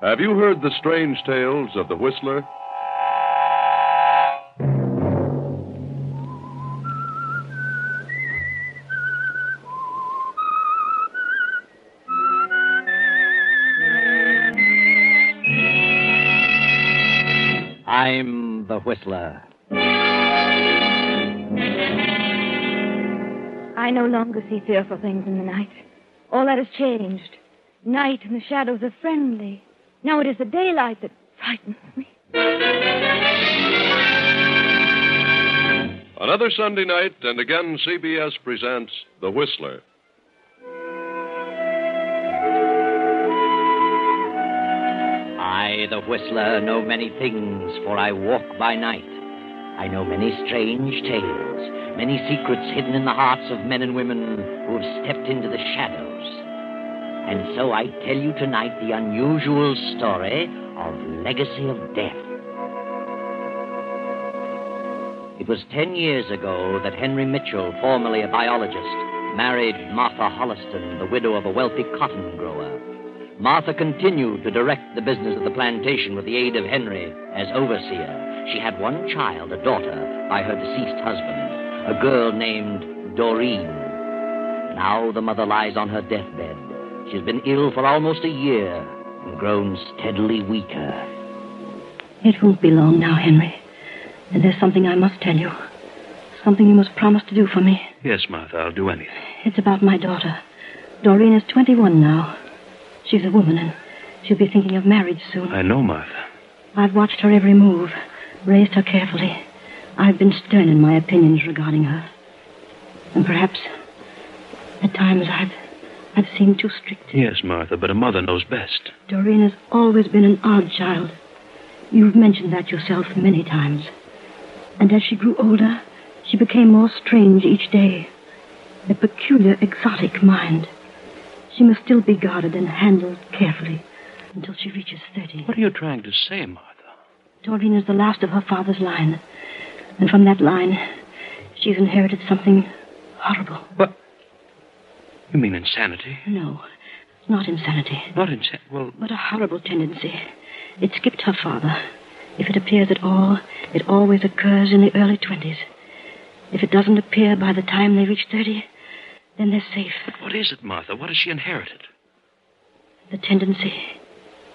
Have you heard the strange tales of the Whistler? I'm the Whistler. I no longer see fearful things in the night. All that has changed. Night and the shadows are friendly. Now it is the daylight that frightens me. Another Sunday night, and again CBS presents The Whistler. I, the Whistler, know many things, for I walk by night. I know many strange tales, many secrets hidden in the hearts of men and women who have stepped into the shadows. And so I tell you tonight the unusual story of Legacy of Death. It was ten years ago that Henry Mitchell, formerly a biologist, married Martha Holliston, the widow of a wealthy cotton grower. Martha continued to direct the business of the plantation with the aid of Henry as overseer. She had one child, a daughter, by her deceased husband, a girl named Doreen. Now the mother lies on her deathbed. She's been ill for almost a year and grown steadily weaker. It won't be long now, Henry. And there's something I must tell you. Something you must promise to do for me. Yes, Martha, I'll do anything. It's about my daughter. Doreen is 21 now. She's a woman, and she'll be thinking of marriage soon. I know, Martha. I've watched her every move, raised her carefully. I've been stern in my opinions regarding her. And perhaps at times I've I've seemed too strict. Yes, Martha, but a mother knows best. Doreen has always been an odd child. You've mentioned that yourself many times. And as she grew older, she became more strange each day. A peculiar, exotic mind. She must still be guarded and handled carefully until she reaches 30. What are you trying to say, Martha? Doreen is the last of her father's line. And from that line, she's inherited something horrible. What? You mean insanity? No, not insanity, Not insanity. Well, but a horrible tendency. It skipped her father. If it appears at all, it always occurs in the early 20s. If it doesn't appear by the time they reach 30, then they're safe. what is it, Martha? What has she inherited? The tendency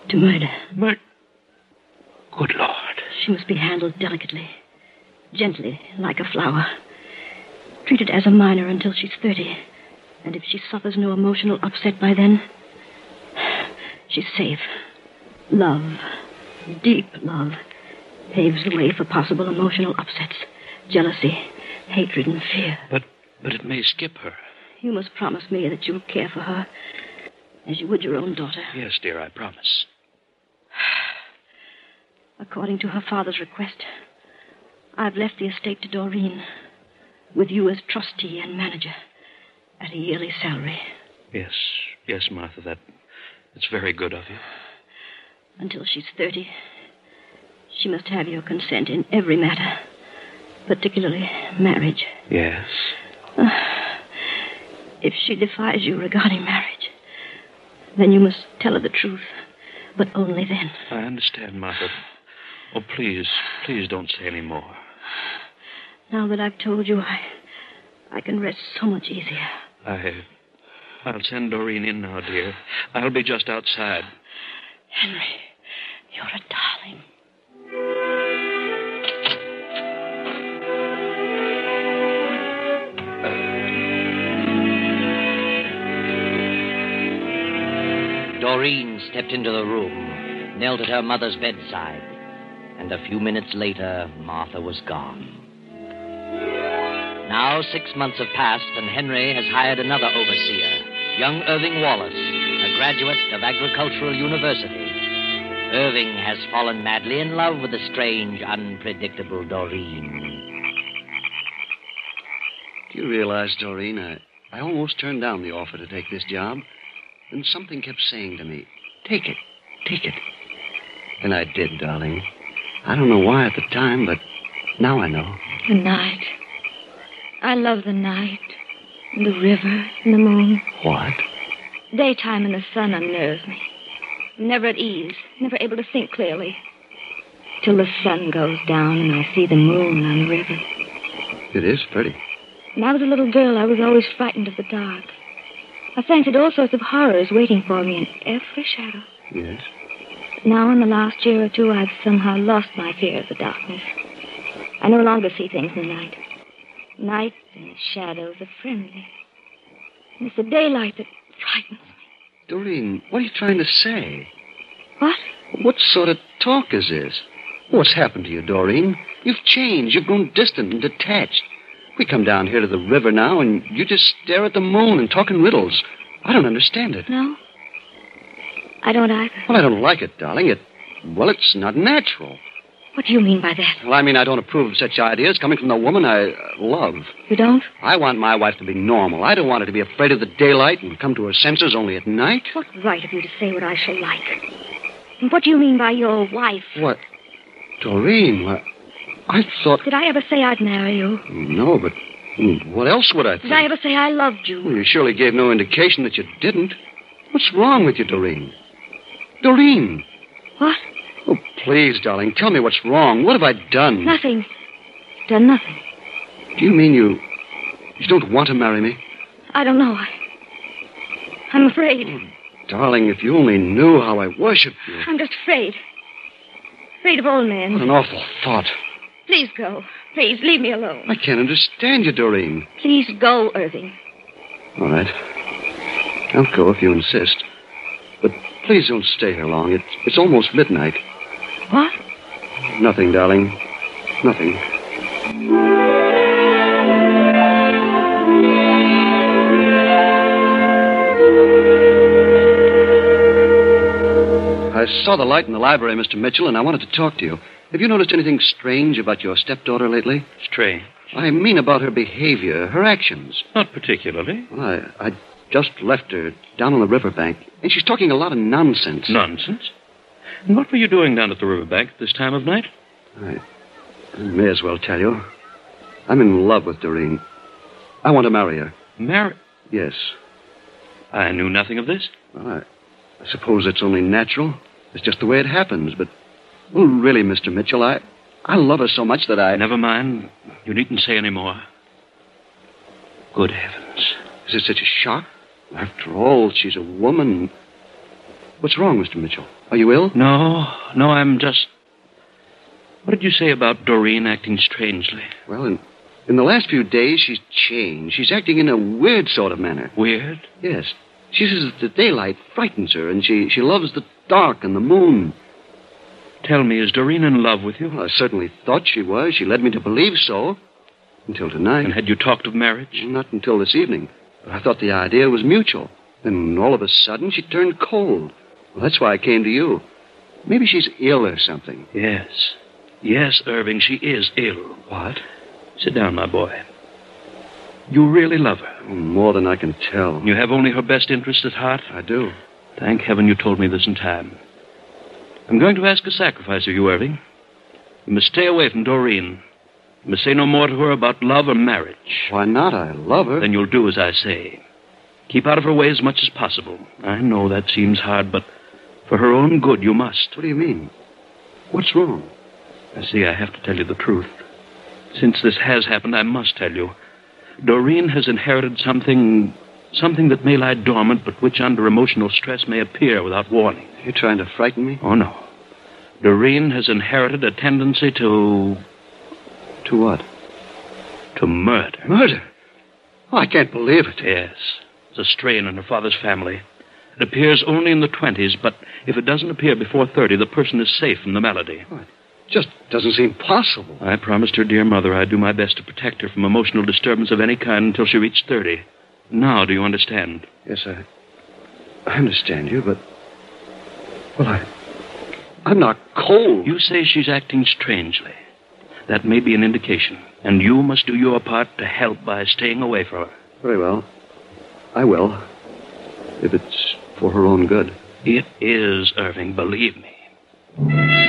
to murder. Mur- Good Lord. She must be handled delicately, gently, like a flower. Treated as a minor until she's 30. And if she suffers no emotional upset by then, she's safe. Love, deep love, paves the way for possible emotional upsets jealousy, hatred, and fear. But but it may skip her. You must promise me that you'll care for her as you would your own daughter. Yes, dear, I promise. According to her father's request, I've left the estate to Doreen, with you as trustee and manager, at a yearly salary, Yes, yes, Martha, that that's very good of you. until she's 30. She must have your consent in every matter, particularly marriage. Yes. If she defies you regarding marriage, then you must tell her the truth, but only then. I understand, Martha. Oh, please, please don't say any more. Now that I've told you, I, I can rest so much easier. I I'll send Doreen in now, dear. I'll be just outside. Henry, you're a darling. Doreen stepped into the room, knelt at her mother's bedside, and a few minutes later, Martha was gone. Now six months have passed, and Henry has hired another overseer, young Irving Wallace, a graduate of Agricultural University. Irving has fallen madly in love with the strange, unpredictable Doreen. Do you realize, Doreen, I, I almost turned down the offer to take this job. And something kept saying to me, take it, take it. And I did, darling. I don't know why at the time, but now I know. The night. I love the night, and the river, and the moon. What? Daytime and the sun unnerve me. never at ease, never able to think clearly. Till the sun goes down and I see the moon on the river. It is pretty. When I was a little girl, I was always frightened of the dark. I fancied all sorts of horrors waiting for me in every shadow. Yes. Now, in the last year or two, I've somehow lost my fear of the darkness. I no longer see things in the night. Night and the shadows are friendly. And it's the daylight that frightens me. Doreen, what are you trying to say? What? What sort of talk is this? What's happened to you, Doreen? You've changed. You've grown distant and detached. We come down here to the river now, and you just stare at the moon and talk in riddles. I don't understand it. No? I don't either. Well, I don't like it, darling. It, well, it's not natural. What do you mean by that? Well, I mean, I don't approve of such ideas coming from the woman I uh, love. You don't? I want my wife to be normal. I don't want her to be afraid of the daylight and come to her senses only at night. What right have you to say what I shall like? And what do you mean by your wife? What? Doreen, I, I thought. Did I ever say I'd marry you? No, but hmm, what else would I Did think? I ever say I loved Well, you? you surely gave no indication that you didn't. What's wrong with you, Doreen? Doreen! What? Oh, please, darling, tell me what's wrong. What have I done? Nothing. Done nothing. Do you mean you. You don't want to marry me? I don't know. I, I'm afraid. Darling, if you only knew how I worship you. I'm just afraid. Afraid of all What men. an awful thought. Please go. Please leave me alone. I can't understand you, Doreen. Please go, Irving. All right. I'll go if you insist. But please don't stay here long. It's, it's almost midnight. What? Nothing, darling. Nothing. I saw the light in the library, Mr. Mitchell, and I wanted to talk to you. Have you noticed anything strange about your stepdaughter lately? Strange. I mean about her behavior, her actions. Not particularly. Well, I, I just left her down on the riverbank, and she's talking a lot of nonsense. Nonsense. And what were you doing down at the riverbank at this time of night? I, I may as well tell you. I'm in love with Doreen. I want to marry her. Mary. Yes. I knew nothing of this. Well, I, I suppose it's only natural. It's just the way it happens. But, well, really, Mr. Mitchell, I, I love her so much that I. Never mind. You needn't say any more. Good heavens. Is it such a shock? After all, she's a woman. What's wrong, Mr. Mitchell? Are you ill? No, no, I'm just. What did you say about Doreen acting strangely? Well, in, in the last few days, she's changed. She's acting in a weird sort of manner. Weird? Yes. She says that the daylight frightens her, and she, she loves the dark and the moon. Tell me, is Doreen in love with you? Well, I certainly thought she was. She led me to believe so. Until tonight. And had you talked of marriage? Not until this evening. But I thought the idea was mutual. Then all of a sudden, she turned cold. Well, that's why I came to you. Maybe she's ill or something. Yes. Yes, Irving, she is ill. What? Sit down, my boy. You really love her. More than I can tell. You have only her best interest at heart. I do. Thank heaven you told me this in time. I'm going to ask a sacrifice of you, Irving. You must stay away from Doreen. You must say no more to her about love or marriage. Why not? I love her. Then you'll do as I say. Keep out of her way as much as possible. I know that seems hard, but for her own good, you must. What do you mean? What's wrong? I see, I have to tell you the truth. Since this has happened, I must tell you. Doreen has inherited something. something that may lie dormant, but which under emotional stress may appear without warning. You're trying to frighten me? Oh, no. Doreen has inherited a tendency to. To what? to murder. Murder. Oh, I can't believe it. Yes. It's a strain in her father's family. It appears only in the 20s, but if it doesn't appear before 30, the person is safe from the malady. Just doesn't seem possible. I promised her dear mother I'd do my best to protect her from emotional disturbance of any kind until she reached 30. Now, do you understand? Yes, I. I understand you, but. Well, I. I'm not cold. You say she's acting strangely. That may be an indication, and you must do your part to help by staying away from her. Very well. I will. If it's for her own good. It is, Irving, believe me.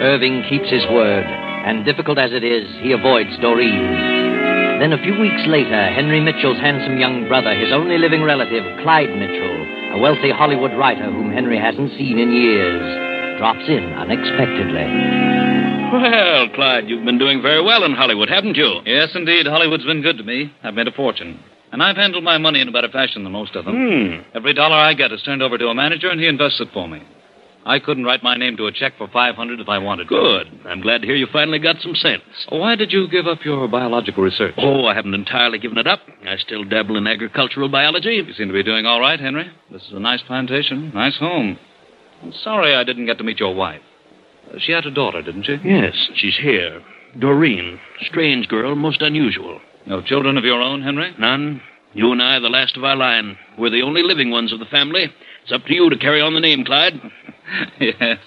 Irving keeps his word, and difficult as it is, he avoids Doreen. Then a few weeks later, Henry Mitchell's handsome young brother, his only living relative, Clyde Mitchell, a wealthy Hollywood writer whom Henry hasn't seen in years, drops in unexpectedly. Well, Clyde, you've been doing very well in Hollywood, haven't you? Yes, indeed. Hollywood's been good to me. I've made a fortune. And I've handled my money in a better fashion than most of them. Hmm. Every dollar I get is turned over to a manager, and he invests it for me. I couldn't write my name to a check for 500 if I wanted Good. I'm glad to hear you finally got some sense. to. Why did you give up your biological research? Oh, I haven't entirely given it up. I still dabble in agricultural biology. You seem to be doing all right, Henry. This is a nice plantation, nice home. I'm sorry I didn't get to meet your wife. Uh, She had a daughter, didn't she? Yes, she's here. Doreen. Strange girl, most unusual. No children of your own, Henry? None. You and I, the last of our line. We're the only living ones of the family. It's up to you to carry on the name, Clyde. yes.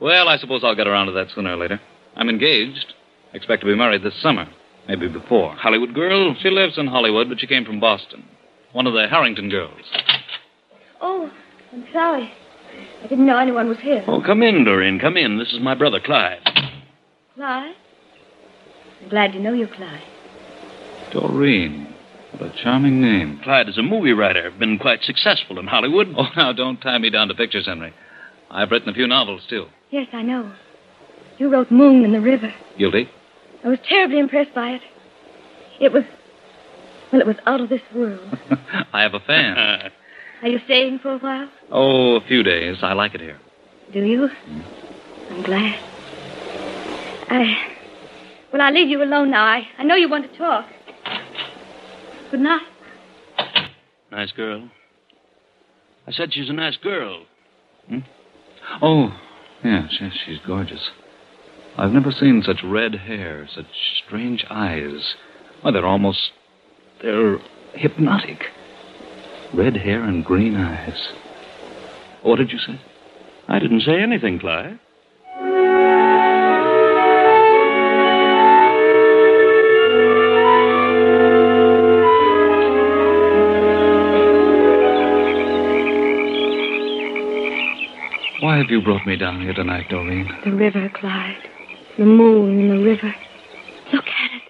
Well, I suppose I'll get around to that sooner or later. I'm engaged. Expect to be married this summer, maybe before. Hollywood girl. She lives in Hollywood, but she came from Boston. One of the Harrington girls. Oh, I'm sorry. I didn't know anyone was here. Oh, come in, Doreen. Come in. This is my brother, Clyde. Clyde? I'm glad to know you, Clyde. Doreen. What a charming name. Clyde is a movie writer, been quite successful in Hollywood. Oh, now don't tie me down to pictures, Henry. I've written a few novels, too. Yes, I know. You wrote Moon in the River. Guilty? I was terribly impressed by it. It was. Well, it was out of this world. I have a fan. Uh, Are you staying for a while? oh, a few days. I like it here. Do you? I'm glad. I. Well, I'll leave you alone now. I, I know you want to talk. Good night. nice girl. I said she's a nice girl. Hmm? Oh, yes, yes, she's gorgeous. I've never seen such red hair, such strange eyes. Why, they're almost. they're hypnotic. Red hair and green eyes. What did you say? I didn't say anything, Clyde. Why have you brought me down here tonight, Doreen? The river, Clyde. The moon in the river. Look at it.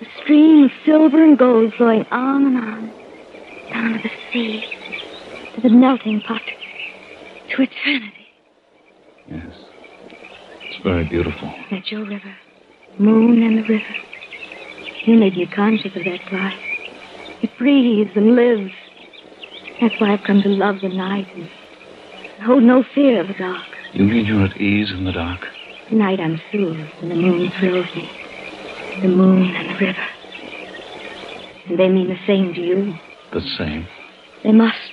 The stream of silver and gold flowing on and on. Down to the sea. To the melting pot. To eternity. Yes. It's very beautiful. That's your river. Moon and the river. You made me conscious of that, Clyde. It breathes and lives. That's why I've come to love the night and hold no fear of the dark. You mean you're at ease in the dark? Tonight I'm soothed, and the moon thrills me. The moon and the river. And they mean the same to you. The same. They must.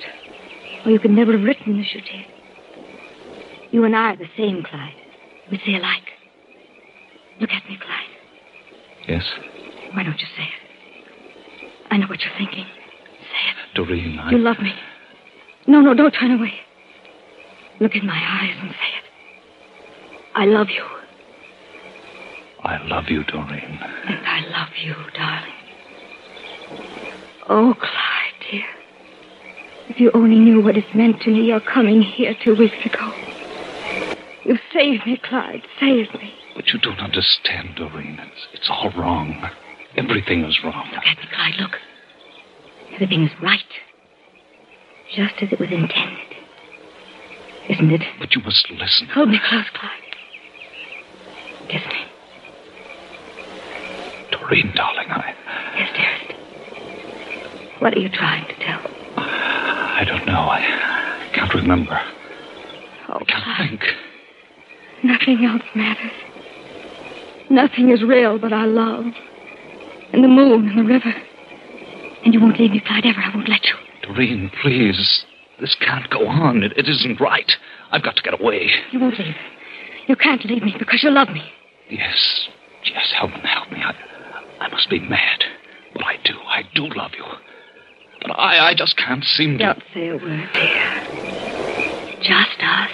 Or you could never have written as you did. You and I are the same, Clyde. We see alike. Look at me, Clyde. Yes? Why don't you say it? I know what you're thinking. Say Doreen, it. You love me. No, no, don't turn away. Look in my eyes and say it. I love you. I love you, Doreen. And I love you, darling. Oh, Clyde, dear. If you only knew what it's meant to me, your coming here two weeks ago. You saved me, Clyde. Saved me. But you don't understand, Doreen. It's, it's all wrong. Everything is wrong. Look at me, Clyde. Look. Everything is right. Just as it was intended. Isn't it? But you must listen. Hold me close, Clyde. Kiss me. Doreen, darling, I, Yes, dearest. What are you trying to tell? me? I don't know. I can't remember. Oh, Can't Clyde. think. Nothing else matters. Nothing is real but our love. And the moon and the river. And you won't leave me, Clyde, ever. I won't let you. Doreen, please. This can't go on. It, it isn't right. I've got to get away. You won't leave. You can't leave me because you love me. Yes. Yes, Helen, help me. I, I must be mad. But I do. I do love you. But I, I just can't seem to. Don't say a word, dear. Just us.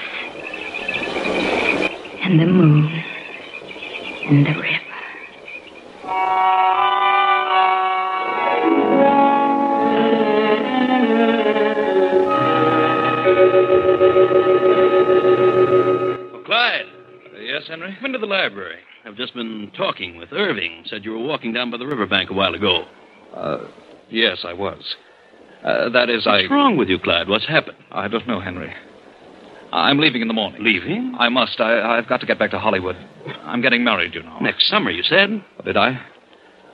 And the moon. And the river. Oh, Clyde, Yes, Henry? Oh, Uh, come into the library. I've just been talking with Irving. Said you were walking down by the riverbank a while ago. Uh, yes, I was. Uh, that is, I. What's wrong with you, Clyde? What's happened? I don't know, Henry. I'm leaving in the morning. Leaving? I must. I, I've got to get back to Hollywood. I'm getting married, you know. Oh, Next summer, you said? Did I?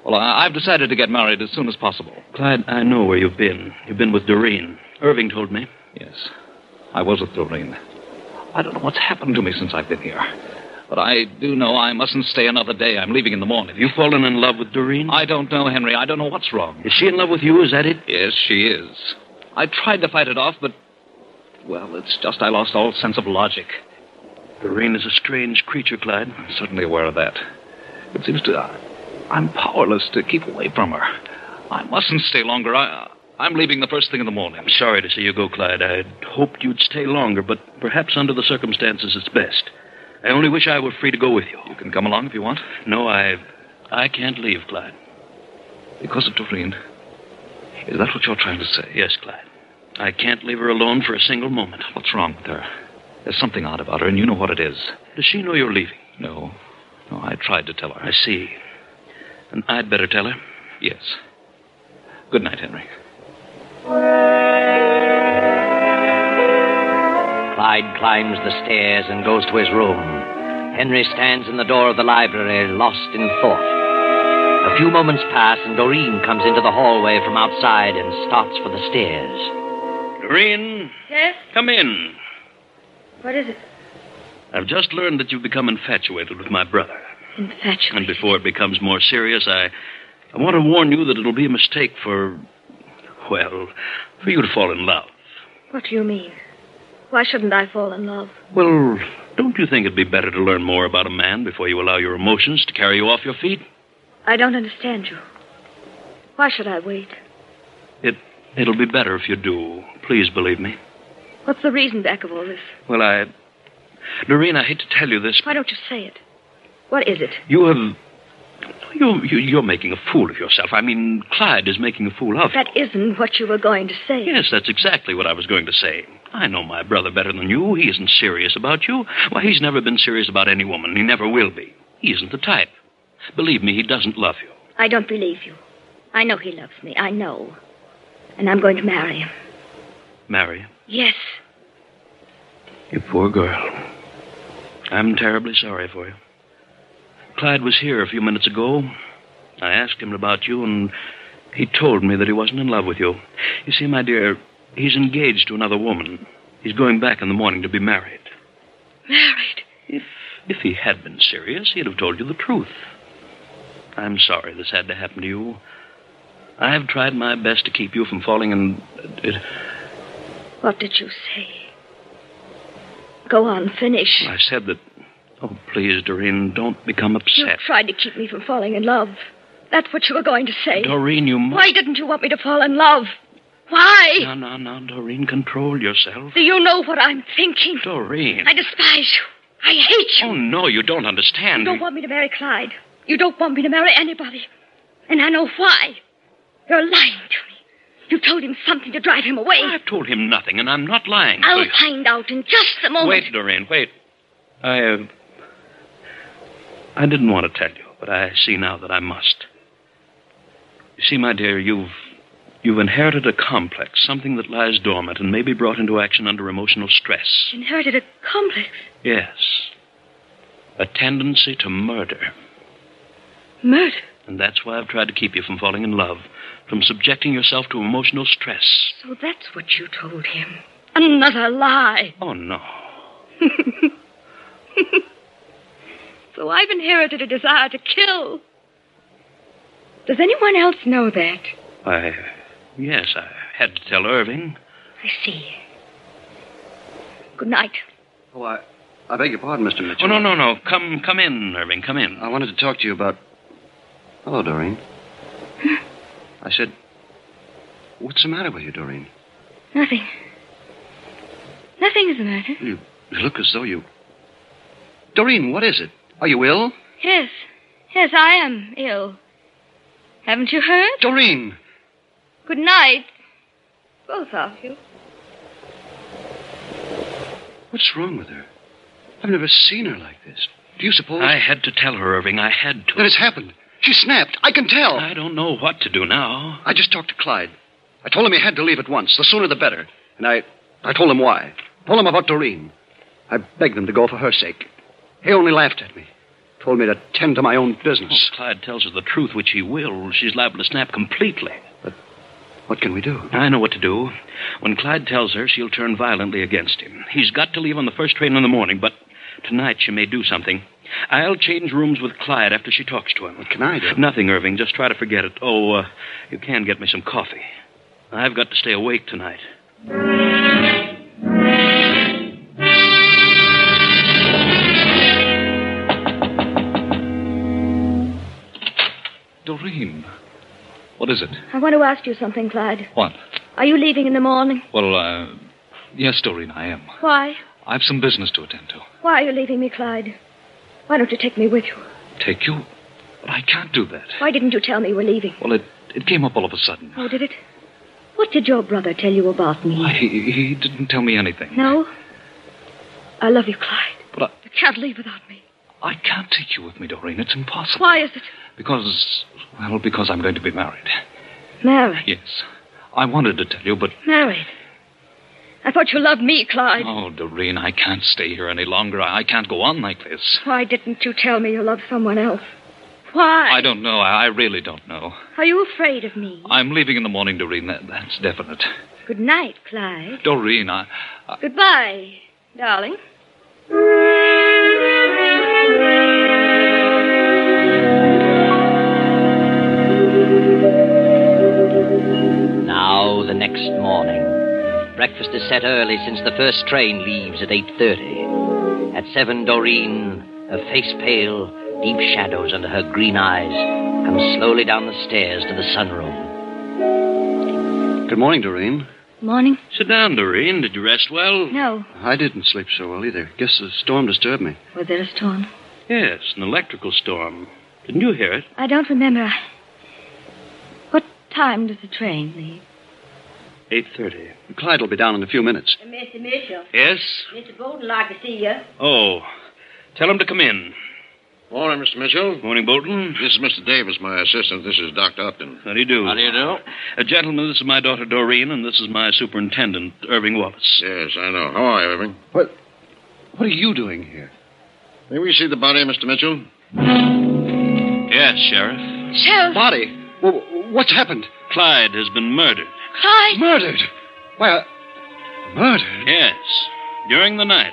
Well, I, I've decided to get married as soon as possible. Clyde, I know where you've been. You've been with Doreen. Irving told me. Yes. I was with Doreen. I don't know what's happened to me since I've been here. But I do know I mustn't stay another day. I'm leaving in the morning. Have you fallen in love with Doreen? I don't know, Henry. I don't know what's wrong. Is she in love with you? Is that it? Yes, she is. I tried to fight it off, but. Well, it's just I lost all sense of logic. Doreen is a strange creature, Clyde. I'm certainly aware of that. It seems to. uh, I'm powerless to keep away from her. I mustn't stay longer. I, uh, I'm leaving the first thing in the morning. I'm sorry to see you go, Clyde. I'd hoped you'd stay longer, but perhaps under the circumstances it's best. I only wish I were free to go with you. You can come along if you want. No, I. I can't leave, Clyde. Because of Doreen. Is that what you're trying to say? Yes, Clyde. I can't leave her alone for a single moment. What's wrong with her? There's something odd about her, and you know what it is. Does she know you're leaving? No. No, I tried to tell her. I see. And I'd better tell her. Yes. Good night, Henry. Clyde climbs the stairs and goes to his room. Henry stands in the door of the library, lost in thought. A few moments pass, and Doreen comes into the hallway from outside and starts for the stairs. Doreen, Yes? come in. What is it? I've just learned that you've become infatuated with my brother. And Infatuated. before it becomes more serious, I, I want to warn you that it'll be a mistake for, well, for you to fall in love. What do you mean? Why shouldn't I fall in love? Well, don't you think it'd be better to learn more about a man before you allow your emotions to carry you off your feet? I don't understand you. Why should I wait? It, it'll be better if you do. Please believe me. What's the reason back of all this? Well, I, Doreen, I hate to tell you this. Why don't you say it? What is it? You have, you, you, you're making a fool of yourself. I mean, Clyde is making a fool of you. That isn't what you were going to say. Yes, that's exactly what I was going to say. I know my brother better than you. He isn't serious about you. Why, he's never been serious about any woman. He never will be. He isn't the type. Believe me, he doesn't love you. I don't believe you. I know he loves me. I know. And I'm going to marry him. Marry him. Yes. You poor girl. I'm terribly sorry for you. Clyde was here a few minutes ago. I asked him about you, and he told me that he wasn't in love with you. You see, my dear, he's engaged to another woman. He's going back in the morning to be married. Married? If if he had been serious, he'd have told you the truth. I'm sorry this had to happen to you. I've tried my best to keep you from falling in. It, What did you say? Go on, finish. I said that. Oh, please, Doreen, don't become You upset. tried to keep me from falling in love. That's what you were going to say. Doreen, you must. Why didn't you want me to fall in love? Why? No, no, no, Doreen, control yourself. Do you know what I'm thinking? Doreen. I despise you. I hate you. Oh, no, you don't You understand. don't want me to marry Clyde. You don't want me to marry anybody. And I know why. You're lying to me. You told him something to drive him away. I've told him nothing, and I'm not lying. I'll to find out in just a you. moment. Wait, Doreen, wait. I, uh, I didn't want to tell you, but I see now that I must. You see, my dear, you've. You've inherited a complex, something that lies dormant and may be brought into action under emotional stress. Inherited a complex. Yes. A tendency to murder. Murder. And that's why I've tried to keep you from falling in love, from subjecting yourself to emotional stress. So that's what you told him. Another lie. Oh, no. So I've inherited a desire to kill. Does anyone else know that? I. Yes, I had to tell Irving. I see. Good night. Oh, I, I beg your pardon, Mr. Mitchell. Oh, no, no, no. Come, come in, Irving. Come in. I wanted to talk to you about. Hello, Doreen. I said, What's the matter with you, Doreen? Nothing. Nothing is the matter. You you look as though you. Doreen, what is it? Are you ill? Yes. Yes, I am ill. Haven't you heard? Doreen! Good night. Both of you. What's wrong with her? I've never seen her like this. Do you suppose? I had to tell her, Irving. I had to. Then it's happened. She snapped. I can tell. I don't know what to do now. I just talked to Clyde. I told him he had to leave at once. The sooner the better. And I, I told him why. Told him about Doreen. I begged him to go for her sake. He only laughed at me. Told me to tend to my own business. If Clyde tells her the truth, which he will, she's liable to snap completely. What can we do? I know what to do. When Clyde tells her, she'll turn violently against him. He's got to leave on the first train in the morning, but tonight she may do something. I'll change rooms with Clyde after she talks to him. What can I do? Nothing, Irving. Just try to forget it. Oh, uh, you can get me some coffee. I've got to stay awake tonight. Doreen. What is it? I want to ask you something, Clyde. What? Are you leaving in the morning? Well, uh, yes, Doreen, I am. Why? I've some business to attend to. Why are you leaving me, Clyde? Why don't you take me with you? Take you? But I can't do that. Why didn't you tell me you were leaving? Well, it, it came up all of a sudden. Oh, did it? What did your brother tell you about me? Why, he, he didn't tell me anything. No? I love you, Clyde. But You can't leave without me. I, I can't take you with me, Doreen. It's impossible. Why is it? Because, well, because I'm going to be married. Married. Yes. I wanted to tell you, but. Married. I thought you loved me, Clyde. Oh, Doreen, I can't stay here any longer. I, I can't go on like this. Why didn't you tell me you loved someone else? Why? I don't know. I, I really don't know. Are you afraid of me? I'm leaving in the morning, Doreen. That, that's definite. Good night, Clyde. Doreen, I. Goodbye, darling. Now the next morning. Breakfast is set early since the first train leaves at 8:30. At 7 Doreen, her face pale, deep shadows under her green eyes, comes slowly down the stairs to the sunroom. Good morning, Doreen. Morning? Sit down, Doreen. Did you rest well? No. I didn't sleep so well either. Guess the storm disturbed me. Was there a storm? Yes, an electrical storm. Didn't you hear it? I don't remember. What time does the train leave? 8.30. Clyde will be down in a few minutes. Mr. Uh, Mitchell, Yes? Mr. Bolton like to see you. Oh. Tell him to come in. Morning, Mr. Mitchell. Morning, Bolton. This is Mr. Davis, my assistant. This is Dr. Upton. How do you do? How do you do? Uh, gentlemen, this is my daughter Doreen, and this is my superintendent, Irving Wallace. Yes, I know. How are you, Irving? What are you doing here? May we see the body, Mr. Mitchell? Yes, Sheriff. Sheriff, Body. Well, what's happened? Clyde has been murdered. Clyde, Murdered. Why, I... murdered? Yes, during the night.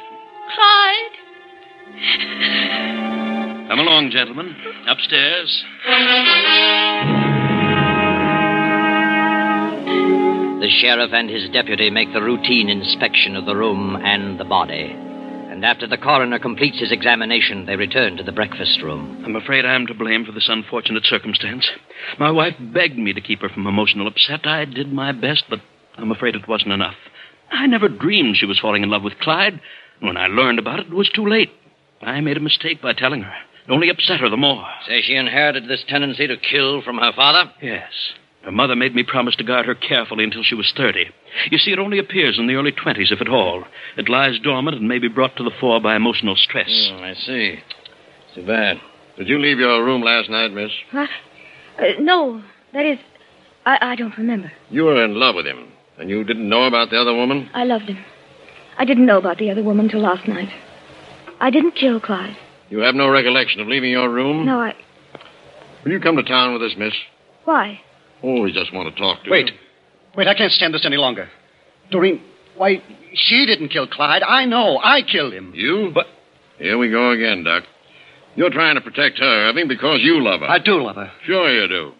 Clyde. Come along, gentlemen. Upstairs. The sheriff and his deputy make the routine inspection of the room and the body. And after the coroner completes his examination, they return to the breakfast room. I'm afraid I'm to blame for this unfortunate circumstance. My wife begged me to keep her from emotional upset. I did my best, but I'm afraid it wasn't enough. I never dreamed she was falling in love with Clyde. When I learned about it, it was too late. I made a mistake by telling her. It only upset her the more. Say she inherited this tendency to kill from her father? Yes. Her mother made me promise to guard her carefully until she was 30. You see, it only appears in the early 20s, if at all. It lies dormant and may be brought to the fore by emotional stress. Mm. I see. Oh, Too bad. Did you leave your room last night, miss? What? Uh, no, that is, I, I don't remember. You were in love with him, and you didn't know about the other woman? I loved him. I didn't know about the other woman till last night. I didn't kill Clyde. You have no recollection of leaving your room? No, I. Will you come to town with us, miss? Why? Oh, we just want to talk to Wait. you. Wait, I can't stand this any longer. Doreen, why, she didn't kill Clyde. I know. I killed him. You? But. Here we go again, Doc. You're trying to protect her, Irving, because you love her. I do love her. Sure you do.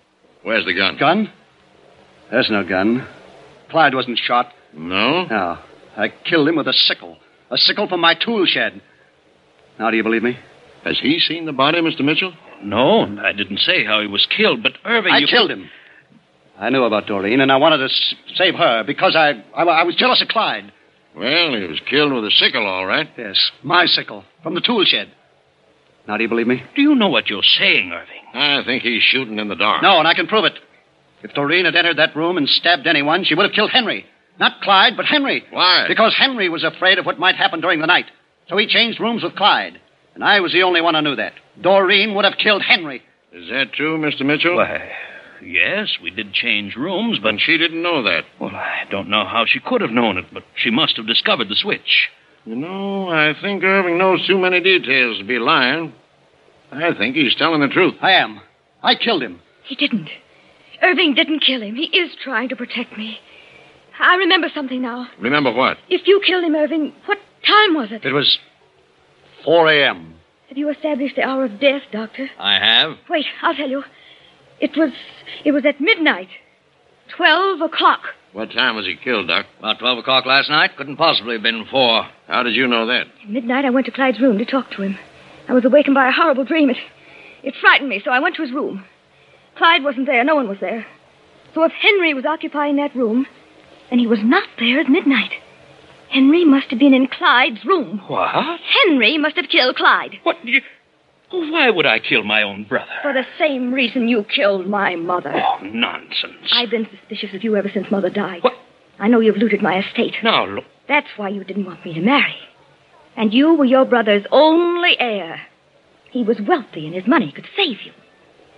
Where's the gun? Gun? There's no gun. Clyde wasn't shot. No? No. I killed him with a sickle. A sickle from my tool shed. Now, do you believe me? Has he seen the body, Mr. Mitchell? No, and I didn't say how he was killed, but Irving. I you... killed him. I knew about Doreen, and I wanted to s- save her because I, I, I was jealous of Clyde. Well, he was killed with a sickle, all right. Yes, my sickle from the tool shed. Now, do you believe me? Do you know what you're saying, Irving? I think he's shooting in the dark. No, and I can prove it. If Doreen had entered that room and stabbed anyone, she would have killed Henry. Not Clyde, but Henry. Why? Because Henry was afraid of what might happen during the night. So he changed rooms with Clyde. And I was the only one who knew that. Doreen would have killed Henry. Is that true, Mr. Mitchell? Why, yes, we did change rooms, but. And she didn't know that. Well, I don't know how she could have known it, but she must have discovered the switch. You know, I think Irving knows too many details to be lying. I think he's telling the truth. I am. I killed him. He didn't. Irving didn't kill him. He is trying to protect me. I remember something now. Remember what? If you killed him, Irving, what time was it? It was 4 a.m. Have you established the hour of death, Doctor? I have. Wait, I'll tell you. It was it was at midnight. Twelve o'clock. What time was he killed, Doc? About 12 o'clock last night. Couldn't possibly have been four. How did you know that? At midnight I went to Clyde's room to talk to him. I was awakened by a horrible dream. It it frightened me, so I went to his room. Clyde wasn't there, no one was there. So if Henry was occupying that room, then he was not there at midnight. Henry must have been in Clyde's room. What? Henry must have killed Clyde What? You... Oh, Why would I kill my own brother? for the same reason you killed my mother. Oh, nonsense. I've been suspicious of you ever since Mother died. What? I know you've looted my estate. Now, look. That's why you didn't want me to marry. And you were your brother's only heir. He was wealthy and his money could save you.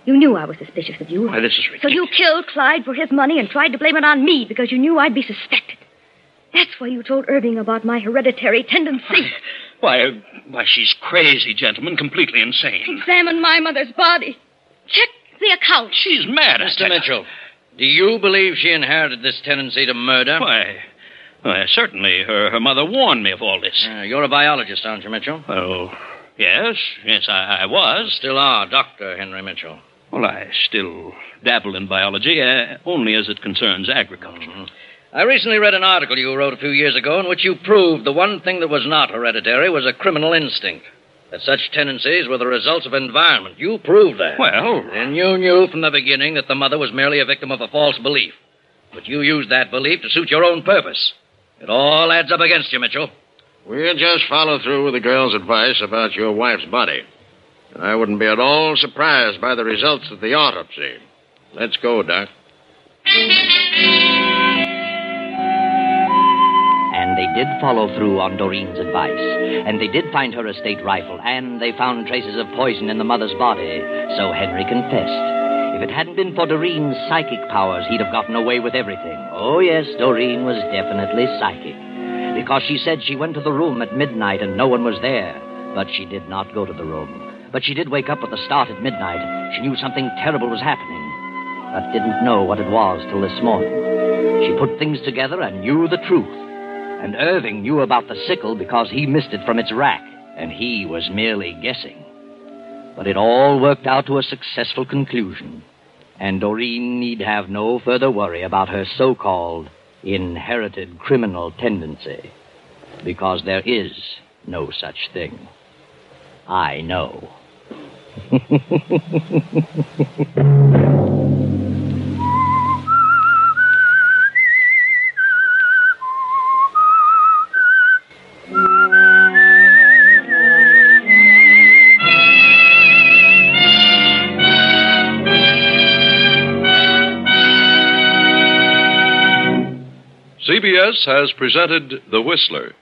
You knew I was suspicious of you. Why, this is so ridiculous. you killed Clyde for his money and tried to blame it on me because you knew I'd be suspected. That's why you told Irving about my hereditary tendency. Why, uh, why, she's crazy, gentlemen, completely insane. Examine my mother's body. Check the account. She's mad. I Mr. tell you. Mitchell, do you believe she inherited this tendency to murder? Why, why, certainly, her, her mother warned me of all this. Uh, you're a biologist, aren't you, Mitchell? Well, yes, yes, I, I was. Still are, Dr. Henry Mitchell. Well, I still dabble in biology, uh, only as it concerns agriculture. I recently read an article you wrote a few years ago in which you proved the one thing that was not hereditary was a criminal instinct. That such tendencies were the results of environment. You proved that. Well, And you knew from the beginning that the mother was merely a victim of a false belief. But you used that belief to suit your own purpose. It all adds up against you, Mitchell. We'll just follow through with the girl's advice about your wife's body. And I wouldn't be at all surprised by the results of the autopsy. Let's go, Doc. And they did follow through on Doreen's advice. And they did find her estate rifle, and they found traces of poison in the mother's body. So Henry confessed. If it hadn't been for Doreen's psychic powers, he'd have gotten away with everything. Oh, yes, Doreen was definitely psychic. Because she said she went to the room at midnight and no one was there. But she did not go to the room. But she did wake up with a start at midnight. She knew something terrible was happening, but didn't know what it was till this morning. She put things together and knew the truth. And Irving knew about the sickle because he missed it from its rack, and he was merely guessing. But it all worked out to a successful conclusion, and Doreen need have no further worry about her so called inherited criminal tendency, because there is no such thing. I know. CBS has presented The Whistler.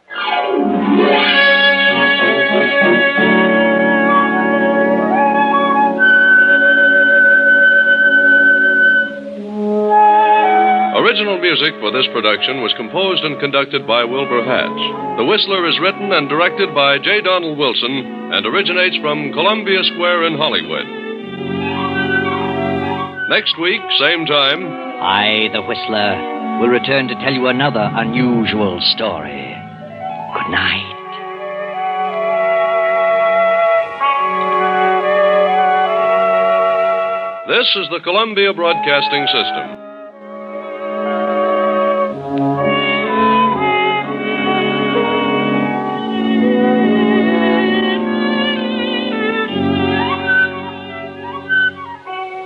Original music for this production was composed and conducted by Wilbur Hatch. The Whistler is written and directed by J. Donald Wilson and originates from Columbia Square in Hollywood. Next week, same time, I, the Whistler, will return to tell you another unusual story. Good night. This is the Columbia Broadcasting System.